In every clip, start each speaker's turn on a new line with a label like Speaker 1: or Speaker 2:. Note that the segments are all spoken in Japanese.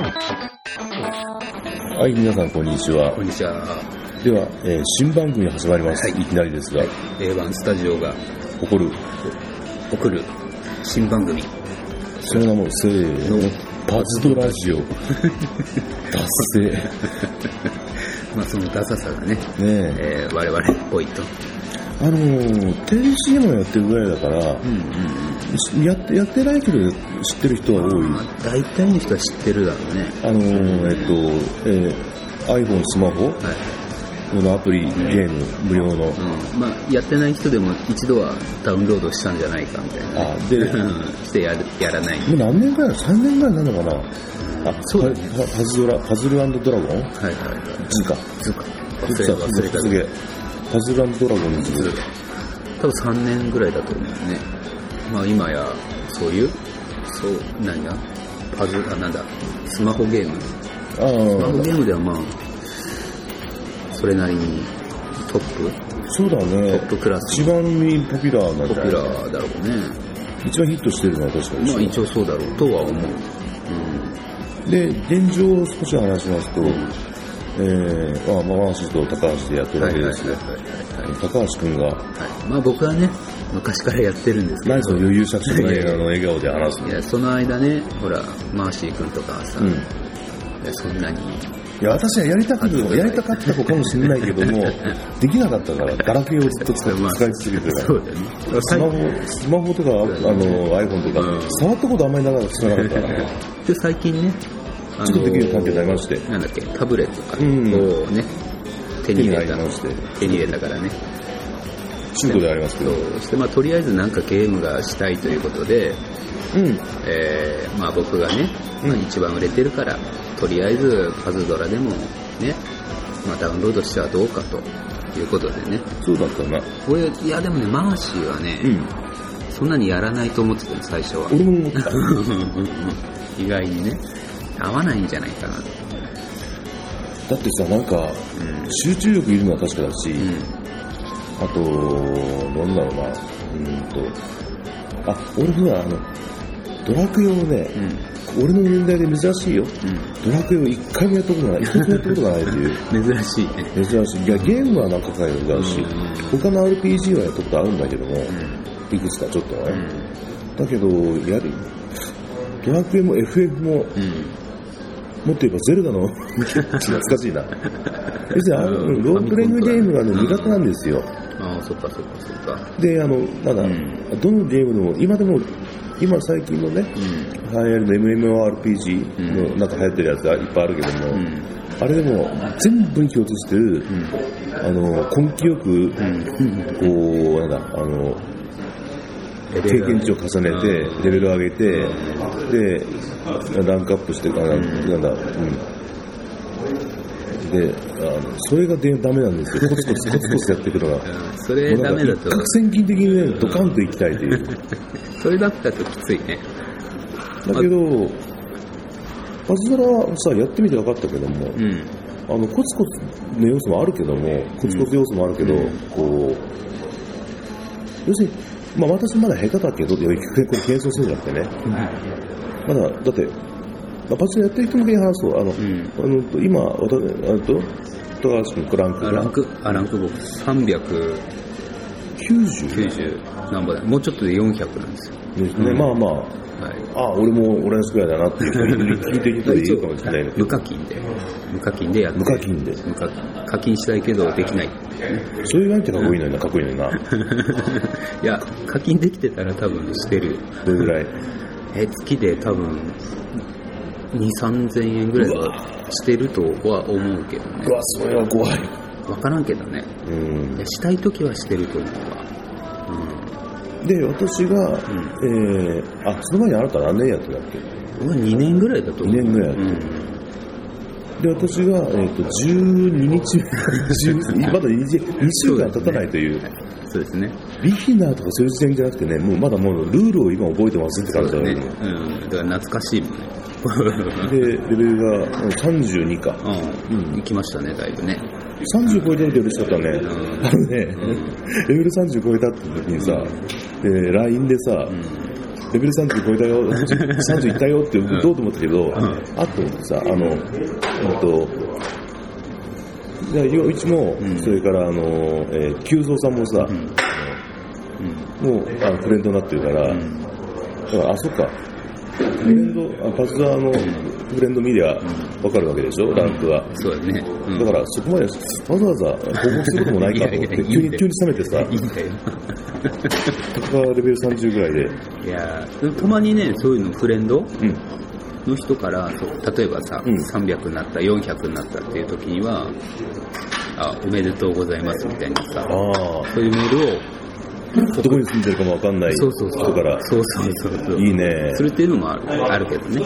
Speaker 1: はい、皆さん、こんにちは
Speaker 2: こ。んにちは。
Speaker 1: では、えー新番組始まります。い、きなりですが、
Speaker 2: A1 スタジオが
Speaker 1: 誇る、
Speaker 2: 送る新番組。
Speaker 1: その名も、せーの、パズドラ ジオ、達成。
Speaker 2: まあそのダサさがね、
Speaker 1: ねえ、
Speaker 2: えー我々っぽいと。
Speaker 1: あのー、TCM もやってるぐらいだから、
Speaker 2: うんうん
Speaker 1: しやってやってないけど知ってる人は多い。
Speaker 2: まあ大体の人は知ってるだろうね。
Speaker 1: あのー、えっと、えー iPhone、スマホ
Speaker 2: はい。
Speaker 1: のアプリ、ゲーム、無料の。
Speaker 2: うん。まあやってない人でも一度はダウンロードしたんじゃないかみたいな、ね。
Speaker 1: あ、で、
Speaker 2: う
Speaker 1: も
Speaker 2: んしてやるやらない。
Speaker 1: う何年ぐらい ?3 年ぐらいになるのかなあ、
Speaker 2: そうだ
Speaker 1: パパズドラ、パズルドラゴン
Speaker 2: はいはいはい。
Speaker 1: ズか。
Speaker 2: ずか。忘れ
Speaker 1: ズ
Speaker 2: た
Speaker 1: か、
Speaker 2: 忘れた。
Speaker 1: すげえ。パズルドラゴンのズ
Speaker 2: ずか。多分3年ぐらいだと思うね。まあ今や、そういう、そう、何だパズル、あ、なんだ、スマホゲーム
Speaker 1: あ
Speaker 2: スマホ
Speaker 1: あ、
Speaker 2: ゲームではまあ、それなりにトップ、
Speaker 1: そうだ
Speaker 2: ト
Speaker 1: ね
Speaker 2: ッ。プクラス
Speaker 1: 一番ポピュラーなん
Speaker 2: の
Speaker 1: じ
Speaker 2: ポピ
Speaker 1: ゃない
Speaker 2: ュラーだろうね。
Speaker 1: 一番ヒットしてるのは確かに。
Speaker 2: まあ一応そうだろうとは思う。
Speaker 1: で、現状を少し話しますと、えー、まあ、ママシと高橋でやって
Speaker 2: うん。
Speaker 1: るわ
Speaker 2: はい
Speaker 1: け
Speaker 2: はいは
Speaker 1: で
Speaker 2: い
Speaker 1: すよ。
Speaker 2: はいは
Speaker 1: 高橋くんが、
Speaker 2: い。はいまあ僕はね、昔からやってるんですけど
Speaker 1: 何、その余裕したちの映画の笑顔で話す
Speaker 2: いや、その間ね、ほら、マーシー君とかさ、
Speaker 1: うん。
Speaker 2: い
Speaker 1: い
Speaker 2: やそんなに、
Speaker 1: や、私はやりたくて、やりたかった子かもしれないけども、できなかったから、ガラケーをずっと使い
Speaker 2: まあ
Speaker 1: 使い続けてるか
Speaker 2: そ
Speaker 1: ら。
Speaker 2: うだよね。
Speaker 1: スマホ、スマホとか、ああの、iPhone と
Speaker 2: うん
Speaker 1: か、触ったことあんまりなかった、少なかったから、
Speaker 2: で、最近ね、あの
Speaker 1: ちょっとできる環境になりまして。
Speaker 2: なんだっけ、タブレットか、
Speaker 1: うん
Speaker 2: をね、手に入れ
Speaker 1: 手に
Speaker 2: た
Speaker 1: 入りまして
Speaker 2: 手に入れたからね。
Speaker 1: 中古ではありますけ
Speaker 2: そ
Speaker 1: ど。
Speaker 2: うしてまあ、とりあえずなんかゲームがしたいということで、
Speaker 1: うん。
Speaker 2: えーまあ、僕がね、まあ、一番売れてるから、とりあえずパズドラでもね、まあ、ダウンロードしてはどうかということでね。
Speaker 1: そうだったな。
Speaker 2: 俺、いやでもね、マーシーはね、
Speaker 1: うん。
Speaker 2: そんなにやらないと思ってたの、最初は。
Speaker 1: 俺も思った。
Speaker 2: 意外にね、合わないんじゃないかなと。
Speaker 1: だってさ、なんか、
Speaker 2: うん。
Speaker 1: 集中力いるのは確かだし、
Speaker 2: うん。
Speaker 1: あと、なんだろうな、うーんと、あ、俺ほら、あの、ドラクエをね、
Speaker 2: うん。
Speaker 1: 俺の年代で珍しいよ。ドラクエを一回もやったことない、一回もやったことがないっていう。
Speaker 2: うん。珍しいね。
Speaker 1: 珍しい。いや、ゲームは何回かやるだし、他の RPG はやったことあるんだけども、いくつかちょっとは
Speaker 2: うん。う
Speaker 1: ね。
Speaker 2: ん。
Speaker 1: だけど、やる、ドラクエも FF も、
Speaker 2: うん
Speaker 1: もっと言えばゼルダの懐か しいな。要するにあの、ロールプレイングゲームがね、苦手なんですよ。
Speaker 2: ああ、そっかそっかそっか。
Speaker 1: で、あの、なんだ、
Speaker 2: うん
Speaker 1: どのゲームでも、今でも、今最近のね、
Speaker 2: うん。
Speaker 1: 流行りの MMORPG のなんか流行ってるやつがいっぱいあるけども、
Speaker 2: うん。
Speaker 1: あれでも全部に共通してる、あの、根気よく、
Speaker 2: うん。
Speaker 1: こう、なんだ、あの、経験値を重ね
Speaker 2: うん
Speaker 1: て、レベルを上げて、で、ランクアップして、あの
Speaker 2: うん
Speaker 1: なんだ、うん。で、あのそれがでダメなんですよ。コツコツコツコツやっていくのが。
Speaker 2: うんそれダメだと
Speaker 1: もうなんか一攫、千金的にね、ドカンと行きたいという。
Speaker 2: それだったときついね。
Speaker 1: だけど、パズドラはさ、やってみて分かったけども、
Speaker 2: うん。
Speaker 1: あの、コツコツの要素もあるけども、コツコツ要素もあるけど、
Speaker 2: うん
Speaker 1: こう、要するに、まあ私まだ下手だけど、いや、結構謙遜するんじゃなくてね、まだ、だって、まあ、パズドラやってる人向けに話すと、あの、
Speaker 2: うん。
Speaker 1: あのと今、わたあのと高橋君、ランク
Speaker 2: あ
Speaker 1: が
Speaker 2: ランク、あ、ランク僕390
Speaker 1: 90
Speaker 2: 何本だ。もうちょっとで400なんですよ。
Speaker 1: ですね、
Speaker 2: うん
Speaker 1: まあまあ、
Speaker 2: はい。
Speaker 1: あ俺も同じくらいだなっていう、聞いてる人でいるかもしれないけど、
Speaker 2: 無課金で。無課金でやって
Speaker 1: 無
Speaker 2: る
Speaker 1: 課金で。
Speaker 2: 無課金。課金したいけどできない。
Speaker 1: そういうなんてかっこいいのにな、かっこいいのにな。
Speaker 2: いや、課金できてたら多分してるよ。
Speaker 1: どれぐらい。
Speaker 2: え月で多分2 3千円ぐらいはしてるとは思うけどね
Speaker 1: うわ、それは怖い。
Speaker 2: 分からんけどね
Speaker 1: うん
Speaker 2: いや。したい時はしてると思うわ
Speaker 1: で、私が、えー、あ、その前にあなた何年やってたっけ
Speaker 2: うん僕は2年ぐらいだと思う
Speaker 1: 二年ぐらい
Speaker 2: うん
Speaker 1: で、私が、えっ、と、12日 目、10まだ2日、2週間経たないという、
Speaker 2: そうですね
Speaker 1: ビギナーとかそういう時点じゃなくてね、もうまだもうルールを今覚えてますって
Speaker 2: そ
Speaker 1: 感じだ
Speaker 2: うだね
Speaker 1: よね。
Speaker 2: うんだから懐かしいもんね
Speaker 1: で、レベルがうん32か。
Speaker 2: うん、行きましたねだいぶね
Speaker 1: 30超えてると嬉しかったね
Speaker 2: う。ん
Speaker 1: あのね、レベル30超えたって時にさ、で、LINE でさ、レベル30超えたよ、30いったよって打とうと思ったけど、あっと思ってさ、あの、えっと、じゃあ、陽一も、
Speaker 2: うん
Speaker 1: それから、あの、えー、久蔵さんもさ、
Speaker 2: うん
Speaker 1: もう、あの、フレンドになってるから、
Speaker 2: うんうん
Speaker 1: だから、あ、そっか。フレンド、あパズドラのフレンド見りゃ分かるわけでしょ、ランクは。
Speaker 2: そうだね。うん
Speaker 1: だから、そこまでわざわざ報告することもないかと思っ
Speaker 2: い
Speaker 1: て、
Speaker 2: やいやい
Speaker 1: 急
Speaker 2: いん
Speaker 1: に、
Speaker 2: だよ
Speaker 1: 急に冷めてさ
Speaker 2: い、いんだよ。
Speaker 1: たかがレベル30ぐらいで、
Speaker 2: いやーでもたまにね、そういうのフレンド
Speaker 1: うん、
Speaker 2: の人から、そう例えばさ、
Speaker 1: うん
Speaker 2: 300になった、400になったっていう時には、あ、おめでとうございますみたいな
Speaker 1: あ
Speaker 2: さ、
Speaker 1: あ、
Speaker 2: そういうメールを、
Speaker 1: どこに住んでるかも分かんない
Speaker 2: そ
Speaker 1: 人
Speaker 2: うそうそう。
Speaker 1: から、
Speaker 2: そうそうそうそう。
Speaker 1: いいね
Speaker 2: す。るっていうのもあるあるけどね。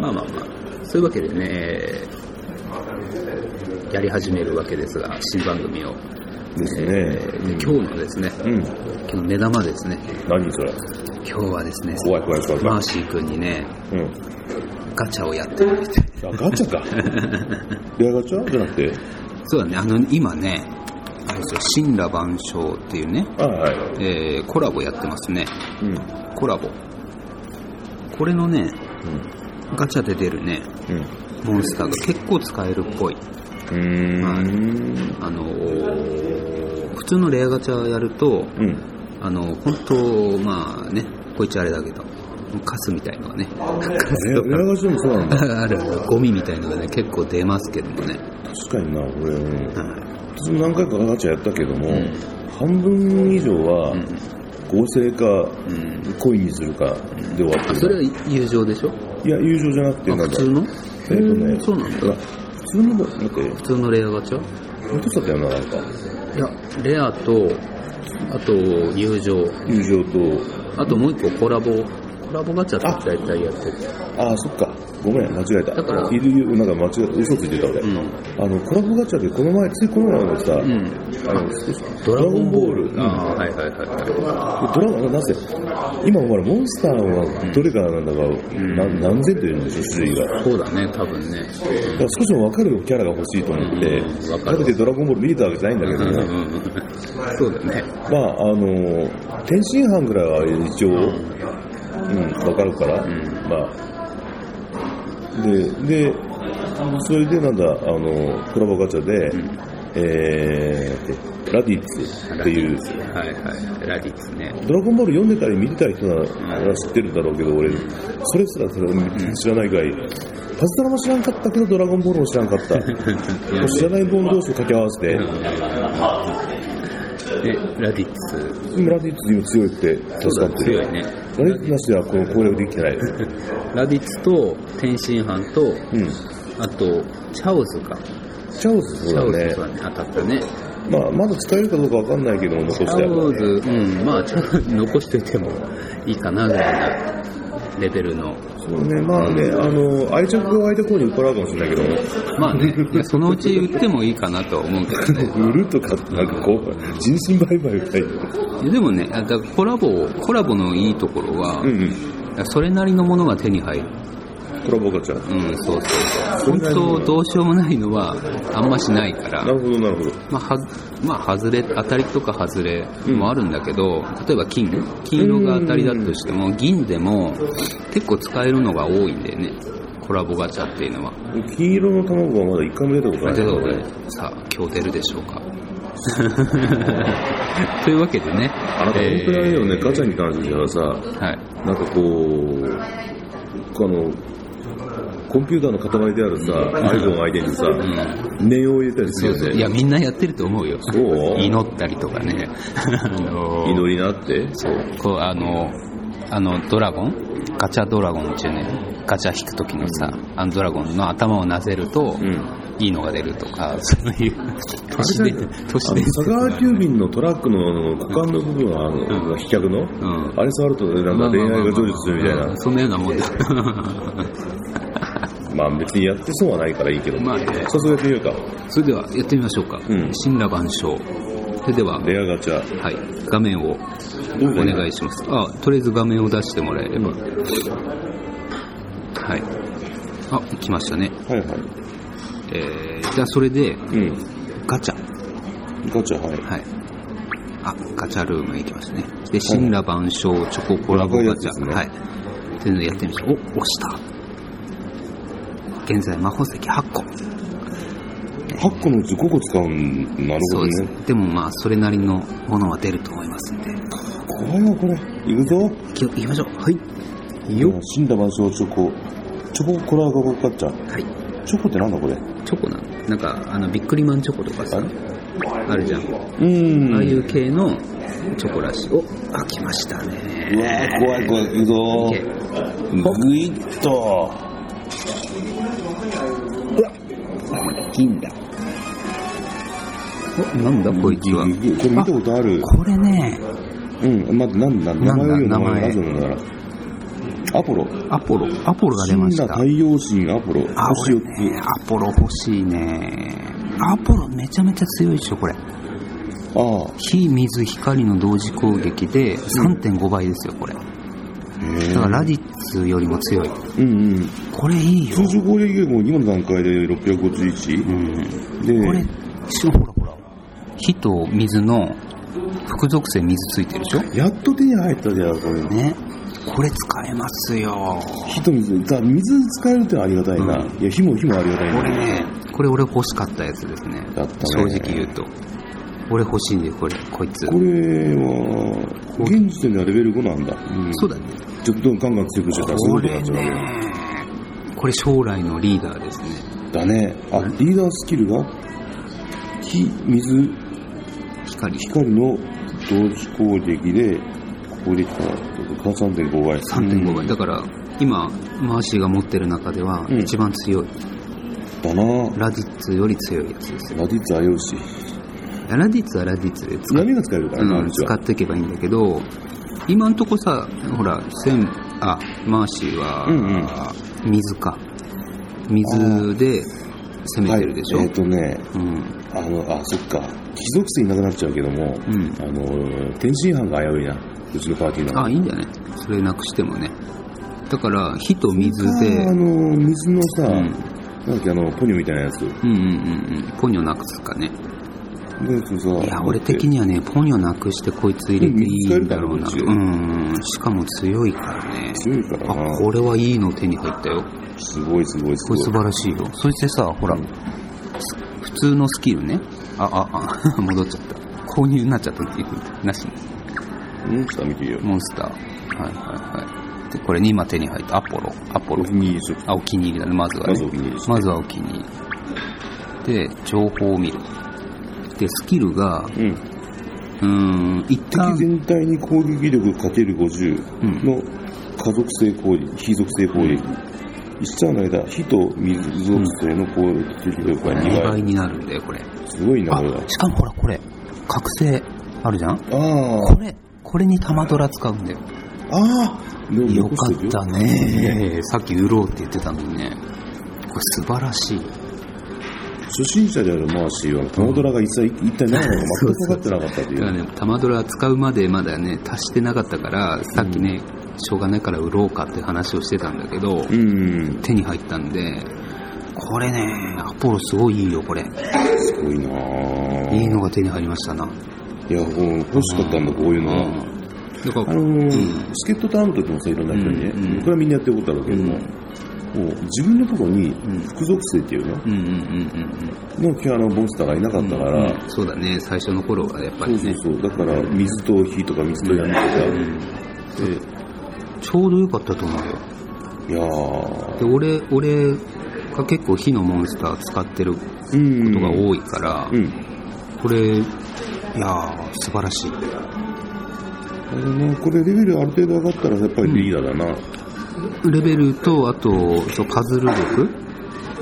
Speaker 2: まあまあまあ。そういうわけでね、えーやり始めるわけですが、新番組を。
Speaker 1: ですね
Speaker 2: えーで
Speaker 1: うん
Speaker 2: 今日のですね、
Speaker 1: うん、
Speaker 2: 今日の目玉ですね、
Speaker 1: 何それ、
Speaker 2: 今日はですね、
Speaker 1: 怖い怖い怖い
Speaker 2: マ
Speaker 1: 怖
Speaker 2: ー
Speaker 1: い。
Speaker 2: シー君にね、
Speaker 1: うん、
Speaker 2: ガチャをやってもらいたい。
Speaker 1: あガチャか。 レアガチャじゃなくて、
Speaker 2: そうだね、あの、今ね、あれですよ、神羅万象っていうね、
Speaker 1: あはい。
Speaker 2: えーコラボやってますね。
Speaker 1: うん、
Speaker 2: コラボ。これのね、ガチャで出るね、モンスターが結構使えるっぽい。
Speaker 1: うん、う
Speaker 2: あのー普通のレアガチャやると、
Speaker 1: ーん、うん。
Speaker 2: あの本当まあね、こいつあれだけど、カスみたいのがね、 カス
Speaker 1: レア
Speaker 2: と
Speaker 1: レアガチャでもそうなんだ。
Speaker 2: か、あるあるゴミみたいのがね、結構出ますけどもね。
Speaker 1: 確かにな、俺、うん
Speaker 2: は
Speaker 1: 私も何回かガチャやったけども、
Speaker 2: うん
Speaker 1: 半分以上は
Speaker 2: うん
Speaker 1: 合成か
Speaker 2: いうん
Speaker 1: 恋にするかで終わって
Speaker 2: あそれ
Speaker 1: る、
Speaker 2: は友情でしょ
Speaker 1: いや友情じゃなくて
Speaker 2: あ
Speaker 1: な
Speaker 2: 普
Speaker 1: んか
Speaker 2: 通の
Speaker 1: えっとね
Speaker 2: うんそうなんだ。
Speaker 1: 普通のだって
Speaker 2: 普通のレアガチャ
Speaker 1: もう一つだったよななんか
Speaker 2: いや、レアと、あと友情、
Speaker 1: 友情と
Speaker 2: あともう一個コラボ、コラボガチャって大体やってる。
Speaker 1: ああそっかごめん間違えた
Speaker 2: だから
Speaker 1: いるいるなんか間違え嘘ついてた俺、
Speaker 2: うん
Speaker 1: あのコラボガチャでこの前ついこの前までさ、
Speaker 2: うん
Speaker 1: あの少し
Speaker 2: ドラゴンボール。
Speaker 1: うん
Speaker 2: ああ、はいはいはいは
Speaker 1: ドラゴンなぜ今ほらモンスターはどれからなんだか、
Speaker 2: ん
Speaker 1: な何千というのでしょ種類が
Speaker 2: い。そうだね、多分ね。
Speaker 1: だから少しも分かるキャラが欲しいと思って、
Speaker 2: うんわか
Speaker 1: 食
Speaker 2: る
Speaker 1: べてドラゴンボール見れたわけじゃないんだけ
Speaker 2: う
Speaker 1: ど
Speaker 2: ん
Speaker 1: も、
Speaker 2: うんうんそうだね。
Speaker 1: まあ、あの、天津飯ぐらいは一応、うん、分かるから、
Speaker 2: ん
Speaker 1: まあ、で、で、それでなんだ、あの、コラボガチャで、
Speaker 2: ん
Speaker 1: えー、ラディッツっていう、
Speaker 2: はいはい。ラディッツ ね。
Speaker 1: ドラゴンボール読んでたり見てた人なら知ってるんだろうけど、俺、それすらそれ知らないぐらい、パズドラも知らんかったけど、ドラゴンボールも知らんかった。もう知らないボール同士を掛け合わせて、
Speaker 2: ね、ラディッツ。
Speaker 1: ラディッツにも強いって助
Speaker 2: そう
Speaker 1: か
Speaker 2: だ、
Speaker 1: ってる。
Speaker 2: 強いね。
Speaker 1: ラディッツなしではこの攻略できてない。
Speaker 2: ラディッツと、天津飯と、
Speaker 1: うん。
Speaker 2: あと、チャオズか。
Speaker 1: チャオズ
Speaker 2: チャ
Speaker 1: そう
Speaker 2: オ
Speaker 1: だね
Speaker 2: ズ。はね、当たったね。
Speaker 1: まあ、まだ使えるかどうかわかんないけども、残
Speaker 2: チ
Speaker 1: してあ
Speaker 2: ャ
Speaker 1: る。
Speaker 2: オズ、うん、まあ、チャオズ残しててもいいかな、ぐらいのレベルの。
Speaker 1: そうね、まあね、あの、愛着が湧いた頃に売っ払うかもしれないけども、
Speaker 2: まあ ね、いやそのうち売ってもいいかなとは思うけどね。
Speaker 1: 売るとかってなんかこう、人身売買みたいな。
Speaker 2: いやでもね、あだからコラボ、コラボのいいところは、
Speaker 1: うんうん。
Speaker 2: それなりのものが手に入る。
Speaker 1: コラボガチャ。
Speaker 2: うん、そうそう
Speaker 1: そ
Speaker 2: そ
Speaker 1: れ
Speaker 2: う。本
Speaker 1: なりのもの
Speaker 2: 当、どうしようもないのは、あんましないから
Speaker 1: な、るほど、なるほど。
Speaker 2: まあ、は、まあ、外れ、当たりとか外れもあるんだけど、例えば金、金色が当たりだとしても、銀でも、結構使えるのが多いんだよね。コラボガチャっていうのは。
Speaker 1: 黄色の卵はまだ一回も出たことな
Speaker 2: だ
Speaker 1: い。
Speaker 2: けど、俺、さあ、今日出るでしょう か。というわけでね。
Speaker 1: あなた、本当にあれだよね、ガチャに関してはさ、
Speaker 2: ャ。はい。
Speaker 1: なんかこう、この、コンピューターの塊であるさ、iPhone 相手にさ、念を入れたりす
Speaker 2: そ
Speaker 1: る
Speaker 2: うそう。
Speaker 1: よ
Speaker 2: いや、
Speaker 1: ね。
Speaker 2: みんなやってると思うよ。
Speaker 1: そう
Speaker 2: 祈ったりとかね。あのー
Speaker 1: 祈りなって。
Speaker 2: そう。こう、あのーあの、ドラゴンガチャドラゴンっていうね、ガチャ引くときのさ、あのドラゴンの頭をなぜると、
Speaker 1: うん。
Speaker 2: いいのが出るとか、 そういう、都市で、都市
Speaker 1: あ
Speaker 2: で
Speaker 1: の、佐川急便のトラックのあの股間の部分は、あの、飛脚の、
Speaker 2: ん
Speaker 1: あれ触ると、なんか恋愛が成就するみたい
Speaker 2: うん
Speaker 1: な。
Speaker 2: そんなようなもん だ。
Speaker 1: まあ別にやってそうはないからいいけど、
Speaker 2: まあね
Speaker 1: 早速やってみようか。
Speaker 2: それでは、やってみましょうか。
Speaker 1: うん
Speaker 2: 神羅万象。それでは、
Speaker 1: レアガチャ。
Speaker 2: はい、画面
Speaker 1: ど
Speaker 2: をお
Speaker 1: うぞ
Speaker 2: 願いします。あ、とりあえず画面を出してもらえれば。はい。あ、来ましたね。
Speaker 1: はいはい。
Speaker 2: えー、じゃあそれ
Speaker 1: う
Speaker 2: で、
Speaker 1: ん。ガチャ、はい。
Speaker 2: はい。あ、ガチャルームへ行きますね。で、神羅万象チョココラボガチャ。
Speaker 1: これ
Speaker 2: はい。というのをやってみましょう。お、押した。現在、魔法石8個。
Speaker 1: 8個のうち5個使うん、なる
Speaker 2: そ
Speaker 1: ほど
Speaker 2: うです
Speaker 1: ね。
Speaker 2: ね。でもまあ、それなりのものは出ると思いますんで。
Speaker 1: 怖いわ、これ。いくぞ。
Speaker 2: 行き行きましょう。はい。よ
Speaker 1: よ。死んだ万象チョコ。チョココラボガチャ。
Speaker 2: はい。
Speaker 1: チョコってなんだこれ。
Speaker 2: チョコなのなんか、あの、ビックリマンチョコとかさ、あるじゃん。
Speaker 1: うん
Speaker 2: ああいう系のチョコらしい。お、開きましたね。
Speaker 1: うわー怖い怖い、行くぞ
Speaker 2: いけ
Speaker 1: ぐいっと。
Speaker 2: 銀だ。お、なんだこいつは。
Speaker 1: これ見たことある。
Speaker 2: これね、
Speaker 1: うん、まず、なんだ、名
Speaker 2: なん
Speaker 1: 前を言う名
Speaker 2: だ名前
Speaker 1: 前、なぜなんだろう。アポロ。
Speaker 2: アポロ、アポロが出ま
Speaker 1: 死ん
Speaker 2: し
Speaker 1: だ
Speaker 2: た。
Speaker 1: 太陽神アポロ。
Speaker 2: あ、こ
Speaker 1: 星
Speaker 2: れ
Speaker 1: 4
Speaker 2: ね、アポロ欲しいね。アポロめちゃめちゃ強いでしょ、これ。
Speaker 1: つ。ああ。
Speaker 2: 火、水、光の同時攻撃で3.5倍ですよ、これ。だ
Speaker 1: へえ
Speaker 2: からラディッツよりも強い。
Speaker 1: うんうん。
Speaker 2: これいいよ
Speaker 1: 通。常攻撃も今の段階で651
Speaker 2: う。ん。
Speaker 1: で、
Speaker 2: これ、しほらほら。火と水の副属性水ついてるでしょ
Speaker 1: やっと手に入ったじゃん、これ。
Speaker 2: ね。これ使えますよ。
Speaker 1: 火と水、だ水使えるってのはありがたいな。
Speaker 2: うん
Speaker 1: いや、火も火もありがたい
Speaker 2: これ
Speaker 1: な。
Speaker 2: ね、これ俺欲しかったやつですね。
Speaker 1: だったね
Speaker 2: 正直言うと。俺欲しいんだよ、これ、こいつ。
Speaker 1: これは、現時点ではレベル5なんだ。うん
Speaker 2: そうだね。
Speaker 1: ちょっとどんどんガンガン強くしてたらす
Speaker 2: こ
Speaker 1: ごくな
Speaker 2: れ
Speaker 1: っちゃうわけだ。
Speaker 2: ね、これ将来のリーダーですね。
Speaker 1: だね。あ、リーダースキルが、火、水、
Speaker 2: 光。
Speaker 1: 光の同時攻撃で、攻撃から、から3.5倍。
Speaker 2: 3.5倍。だから、今、マーシーが持ってる中では、
Speaker 1: うん
Speaker 2: 一番強い。
Speaker 1: だな
Speaker 2: ラディッツより強いやつですよ。
Speaker 1: ラディッツ愛用し。
Speaker 2: ラディッツはラディッツで使っ
Speaker 1: 闇が使えるからね、あ
Speaker 2: う
Speaker 1: の
Speaker 2: ん、
Speaker 1: うち
Speaker 2: 使
Speaker 1: は
Speaker 2: っ。ていけばいいんだけど、今んとこさ、ほら、千、あ、マーシーは、水か。水で攻めてるでしょ、
Speaker 1: はい、えっ、とね、
Speaker 2: うん。
Speaker 1: あの、あ、そっか。貴族性いなくなっちゃうけども、
Speaker 2: うん。
Speaker 1: あの、天津飯が危ういな。うちのパーティーの。
Speaker 2: あ、いいんじゃないそれなくしてもね。だから、火と水で、
Speaker 1: あ
Speaker 2: うん。
Speaker 1: の、水のさ、
Speaker 2: うん
Speaker 1: なんだっけ、あの、ポニョみたいなやつ。
Speaker 2: うんうんうん。ポニョなくすかね。
Speaker 1: で、そうさ、
Speaker 2: いや、俺的にはね、ポニョなくしてこいつ入れていいんだろう
Speaker 1: うん
Speaker 2: な。
Speaker 1: 使える
Speaker 2: う
Speaker 1: か
Speaker 2: ん。しかも強いからね。
Speaker 1: 強いから
Speaker 2: あ、
Speaker 1: な。
Speaker 2: これはいいの手に入ったよ。
Speaker 1: すごいすごいす
Speaker 2: こ
Speaker 1: ご
Speaker 2: れ
Speaker 1: い。
Speaker 2: 素晴らしいよ。そしてさ、ほら、す普通のスキルね。あ、あ、 あ、戻っちゃった。購入になっちゃったっていう。なしね。
Speaker 1: うん、ちょっと見ていいよ。
Speaker 2: モンスター。はいはいはい。で、これに今手に入ったアポロ。アポ
Speaker 1: お
Speaker 2: ロ
Speaker 1: 気。に入りでしょ。
Speaker 2: あ、お気に入りだね。まずは
Speaker 1: まずお
Speaker 2: ね。
Speaker 1: 気に入りして。
Speaker 2: まずはお気に入り。で、情報を見る。で、スキルが、
Speaker 1: うん。
Speaker 2: うーん、一
Speaker 1: 敵
Speaker 2: 旦、
Speaker 1: 全体に攻撃力かける50の家族性攻撃、非属性攻撃。一社の間、火と水属性の攻撃力が
Speaker 2: 2
Speaker 1: 2倍。
Speaker 2: 倍になるんだよ、これ。
Speaker 1: すごいな、
Speaker 2: あ
Speaker 1: これは。、
Speaker 2: しかもほら、これ、覚醒あるじゃん
Speaker 1: あ
Speaker 2: これ、これに玉ドラ使うんだよ。
Speaker 1: あ、ああ、でも
Speaker 2: よか
Speaker 1: 残してる
Speaker 2: っ
Speaker 1: よ
Speaker 2: たね。さっき売ろうって言ってたのにね。これ素晴らしい。
Speaker 1: 初心者であるマーシーは、このドラが一切、一体何なのか全く分かってなかったとい
Speaker 2: だから
Speaker 1: う。
Speaker 2: ね、玉ドラ使うまでまだね、足してなかったから、さっきね、しょうがないから売ろうかって話をしてたんだけど、
Speaker 1: うん、
Speaker 2: 手に入ったんで、これね、アポロすごいいいよ、これ。
Speaker 1: すごいなぁ
Speaker 2: いいのが手に入りましたな。
Speaker 1: いや、もう欲しかったんだ、こういうのが。
Speaker 2: うんだか
Speaker 1: あの
Speaker 2: ら、う
Speaker 1: ー、助っ人と会う時もさ、いろんな人にね、
Speaker 2: うんうん
Speaker 1: これはみんなやってることだろうけども、もう自分のところに副属性っていうの、
Speaker 2: うんうんうんうん
Speaker 1: のキャラのモンスターがいなか
Speaker 2: う
Speaker 1: っ
Speaker 2: ん。
Speaker 1: たから、
Speaker 2: うんそうだね、最初の頃はやっぱ
Speaker 1: そう
Speaker 2: り
Speaker 1: そ
Speaker 2: ね
Speaker 1: う。そう、だから水と火とか水と闇とか、
Speaker 2: ちょうど良かったと思うよ。
Speaker 1: でいや
Speaker 2: で
Speaker 1: ー、
Speaker 2: 俺俺が結構火のモンスター使ってるこ
Speaker 1: うん
Speaker 2: とが多いから、
Speaker 1: うん。
Speaker 2: これいやー素晴らしい
Speaker 1: あのこれレベルある程度上がったらやっぱりリーダーだな。
Speaker 2: レベルとあとそうカズル力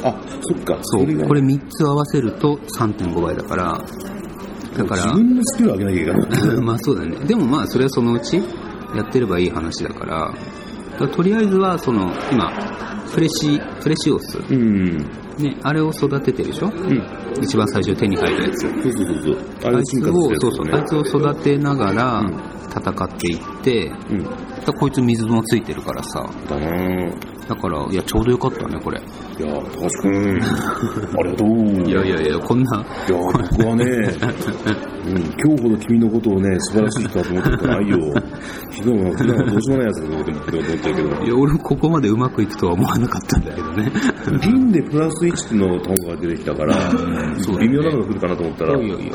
Speaker 1: あ、そっか、
Speaker 2: そう
Speaker 1: が
Speaker 2: これ3つ合わせると3.5倍だからだか
Speaker 1: 自分のスキルを上げなきゃいけない。
Speaker 2: ら まあそうだねでもまあそれはそのうちやってればいい話だからだからとりあえずはその今プレシプレシオス、
Speaker 1: うん。
Speaker 2: ね、あれを育ててるでしょ
Speaker 1: うん。
Speaker 2: 一番最初手に入るやつ
Speaker 1: そうそうそうそう。あ
Speaker 2: あ
Speaker 1: れ
Speaker 2: い
Speaker 1: 進
Speaker 2: つ
Speaker 1: 化
Speaker 2: を、
Speaker 1: して
Speaker 2: そう
Speaker 1: る
Speaker 2: そ
Speaker 1: よ
Speaker 2: う、
Speaker 1: ね。
Speaker 2: あいつを育てながら
Speaker 1: うん
Speaker 2: 戦っていって、
Speaker 1: うん。
Speaker 2: だこいつ水もついてるからさ、
Speaker 1: だなぁ。
Speaker 2: だから、いや、ちょうどよかったね、これ。
Speaker 1: いやー、高橋く ん、ありがとう。
Speaker 2: いやいやいや、こんな、
Speaker 1: いやー、僕はね、うん、今日ほど君のことをね、素晴らしい人だと思ったことないよ。昨日は、昨日はどうしようもないやつだと思っても思ったけど。
Speaker 2: いや、俺もここまでうまくいくとは思わなかったんだけどね。
Speaker 1: ピンでプラス1の単語が出てきたから、
Speaker 2: そうだね
Speaker 1: 微妙なのが来るかなと思ったら、
Speaker 2: いやいやいや。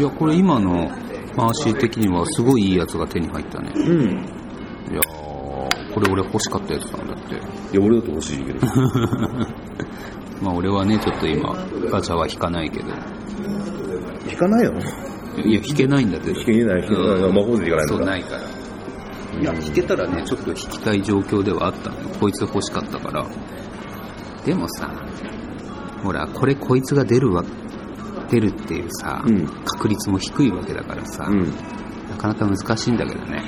Speaker 2: いや、これ今の回し的にはすごいいいやつが手に入ったね。
Speaker 1: うん。い
Speaker 2: いやー、これ俺欲しかったやつなんだって。
Speaker 1: や、俺だと欲しいけど。
Speaker 2: まあ俺はね、ちょっと今、ガチャは引かないけど。
Speaker 1: 引かないよ。
Speaker 2: いや、引けないんだって。
Speaker 1: 引けない、引けない。
Speaker 2: うん
Speaker 1: 魔法で引かない
Speaker 2: そ
Speaker 1: の
Speaker 2: う、
Speaker 1: か。
Speaker 2: ないから。いや、引けたらね、ちょっと引きたい状況ではあったのよこいつ欲しかったから。でもさ、ほら、これこいつが出るわ、出るっていうさ、
Speaker 1: うん
Speaker 2: 確率も低いわけだからさ、
Speaker 1: うん。
Speaker 2: なかなか難しいんだけどね。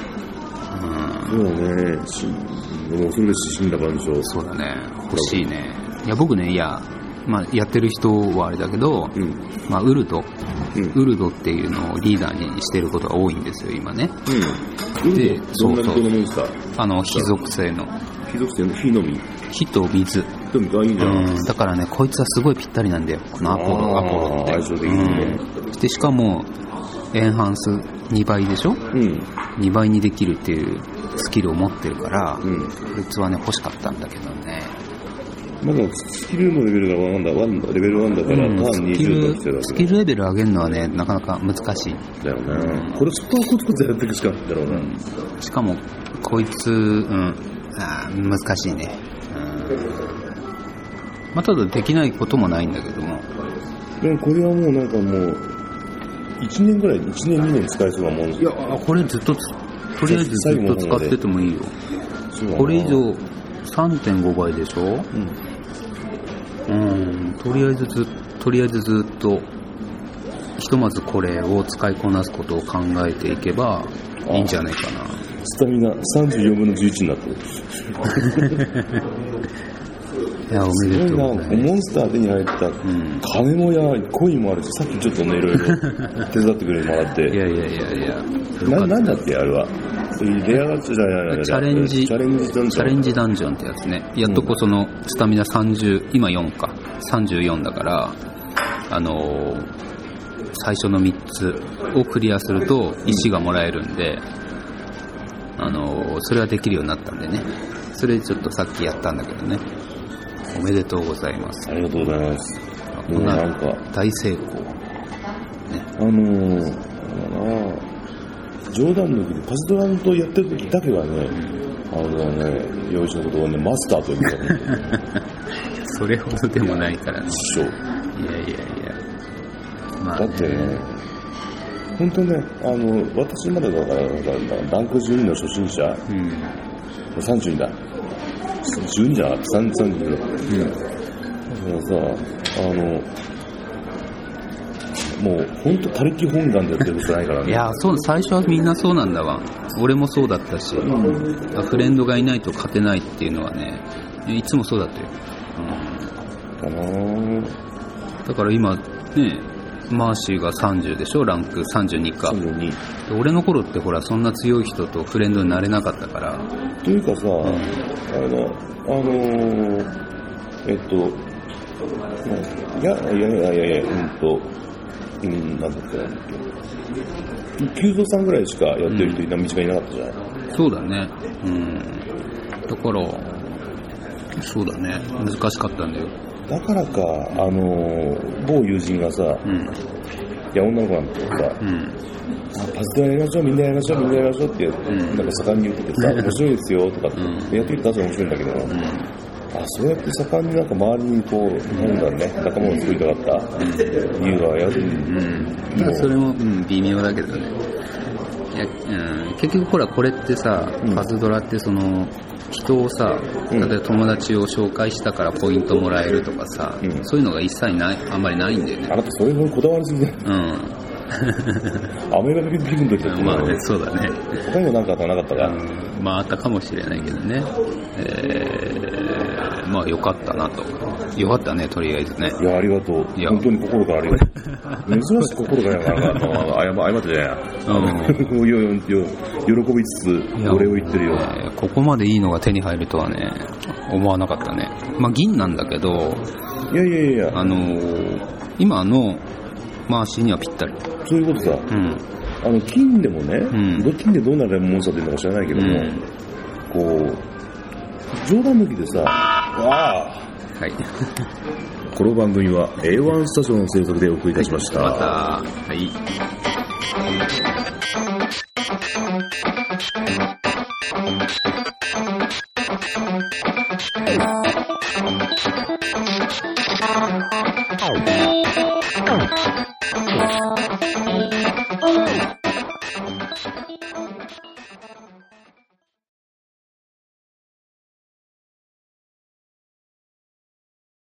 Speaker 2: うん、
Speaker 1: そうね、しもうそれで死んだ番長。
Speaker 2: そうだね。欲しいね。いや、僕ね、いや、まあ、やってる人はあれだけど、
Speaker 1: うん。
Speaker 2: まあ、ウルド、
Speaker 1: うん。
Speaker 2: ウルドっていうのをリーダーにしてることが多いんですよ、今ね。
Speaker 1: うん。
Speaker 2: で
Speaker 1: で、どんな人
Speaker 2: そうそう
Speaker 1: のモンスター
Speaker 2: あの、非属性の。
Speaker 1: ひどくて、火のみ。
Speaker 2: 火と水。
Speaker 1: でも、あ、いいじゃん。
Speaker 2: だからね、こいつはすごいぴったりなんだよ、このアポロ、
Speaker 1: あ
Speaker 2: ア
Speaker 1: ー
Speaker 2: ポロって。
Speaker 1: 相性的にね
Speaker 2: うんで、しかも、エンハンス2倍でしょ
Speaker 1: うん。
Speaker 2: ?2 倍にできるっていうスキルを持ってるから、
Speaker 1: うん。
Speaker 2: こいつはね、欲しかったんだけどね。
Speaker 1: まあでも、スキルのレベルがワンだ、ワンだ、レベルワンだから、
Speaker 2: うん
Speaker 1: 単
Speaker 2: スキ
Speaker 1: 20
Speaker 2: ル
Speaker 1: だってだ
Speaker 2: ス
Speaker 1: け
Speaker 2: キルレベル上げるのはね、なかなか難しい。
Speaker 1: だよね。これ、ちょっとコツコツやっていくしかないんだろうな。
Speaker 2: しかも、こいつ、うん、あー難しいね。うん。まあ、ただできないこともないんだけども。
Speaker 1: でもこれはもうなんかもう、1年ぐらい、1年2年使えそうなもん。い
Speaker 2: いや、これずっとつ、とりあえずずっと使っててもいいよ。これ以上、3.5倍でしょ
Speaker 1: うん。
Speaker 2: うん、とりあえずず、とりあえずずっと、ひとまずこれを使いこなすことを考えていけばいいんじゃないかな。
Speaker 1: スタミナ34分の11になってる。
Speaker 2: いや、おめでとうございます。
Speaker 1: モンスター手に入った。
Speaker 2: うん。
Speaker 1: 金もや、コインもあるし、さっきちょっとね、いろいろ 手伝ってくれてもらっ
Speaker 2: い
Speaker 1: て。
Speaker 2: やいやいやいや。
Speaker 1: な、なんだっけ、あれは。レアガチャじゃない
Speaker 2: チャレンジ
Speaker 1: チャレンジなん
Speaker 2: チャレンジダンジョンってやつね。やっとこその、スタミナ30、今4か。34だから、あのー最初の3つをクリアすると、石がもらえるんで、あのーそれはできるようになったんでね。それちょっとさっきやったんだけどね。おめでとうございます。
Speaker 1: ありがとうございます。
Speaker 2: こ
Speaker 1: もうんな
Speaker 2: なん
Speaker 1: か、
Speaker 2: 大成功。
Speaker 1: あのー、あれだな冗談抜きでパズドランとやってる時だけはね、あのね、洋一のことをね、マスターと呼んでたの
Speaker 2: それほどでもないからね。
Speaker 1: 師匠。
Speaker 2: いやいやいや。まあ、
Speaker 1: だってね、本当ね、あの、私まだだから、ランク12の初心者、
Speaker 2: うん。
Speaker 1: 32だ。12じゃなかった、32だ。だからさ、あの、もう本当、他力本願でやってることじゃないから
Speaker 2: い
Speaker 1: ね。
Speaker 2: やそう最初はみんなそうなんだわ俺もそうだったし、フレンドがいないと勝てないっていうのはねいつもそうだったよ、
Speaker 1: かなぁ。
Speaker 2: うん、だから今ねマーシーが30でしょランク32か
Speaker 1: 32。
Speaker 2: で俺の頃ってほらそんな強い人とフレンドになれなかったから
Speaker 1: というかさ、あの、あのー、えっと、なんいや、いやいやいやいや、うんと、うん、なんだっけ、なんだっけ。久蔵さんぐらいしかやってる人いな、道がいなかったじゃない。
Speaker 2: そうだねうんだからそうだね難しかったんだよ
Speaker 1: だからか、あのー、某友人がさ、
Speaker 2: うん
Speaker 1: いや、女の子なんだけどさ、
Speaker 2: うん
Speaker 1: パズドラやりましょう、みんなやりましょう、みんなやりましょうって、
Speaker 2: ん
Speaker 1: なんか盛んに言っててさ、面白いですよとかって、
Speaker 2: う
Speaker 1: やってみたら面白いんだけど、あそうやって盛んになんか周りにこう、なんだろうね、仲間を作りたかった、理由がやる、
Speaker 2: うん、まあそれも、うん、微妙だけどねいや、うん、結局ほらこれってさ
Speaker 1: うん
Speaker 2: パズドラってその人をさ
Speaker 1: う
Speaker 2: 例
Speaker 1: ん
Speaker 2: えば友達を紹介したからポイントもらえるとかさ、
Speaker 1: うん
Speaker 2: そういうのが一切ないあんまりないんだよね
Speaker 1: あなたそれほどこだわりすぎじゃない
Speaker 2: うん
Speaker 1: アメリカの気分の時だって、
Speaker 2: まあね、そうだね。
Speaker 1: 他にも何かあったかなかったか、
Speaker 2: うんまああったかもしれないけどね。えー、まあよかったなと。よかったね、とりあえずね。
Speaker 1: いや、ありがとう。
Speaker 2: いや
Speaker 1: 本当に心からありがとう。 珍しく心からやからな、あのあの謝謝ったじ ゃない
Speaker 2: うん
Speaker 1: や。もうよよよ喜びつ
Speaker 2: い
Speaker 1: つ、
Speaker 2: や
Speaker 1: お礼を言ってるよ。
Speaker 2: えーここまでいいのが手に入るとはね、思わなかったね。まあ銀なんだけど、
Speaker 1: いやいやいや、
Speaker 2: あのー今の回しにはぴったり。
Speaker 1: そういうことさ、
Speaker 2: うん。
Speaker 1: あの、金でもね、
Speaker 2: ん
Speaker 1: ど金でどうなるもんさっていうのか知らないけども、
Speaker 2: うん
Speaker 1: こう、冗談抜きでさ、わあ
Speaker 2: はい。
Speaker 1: この番組は A1 スタジオの制作でお送りいたしました。
Speaker 2: また、はい。
Speaker 3: Oh.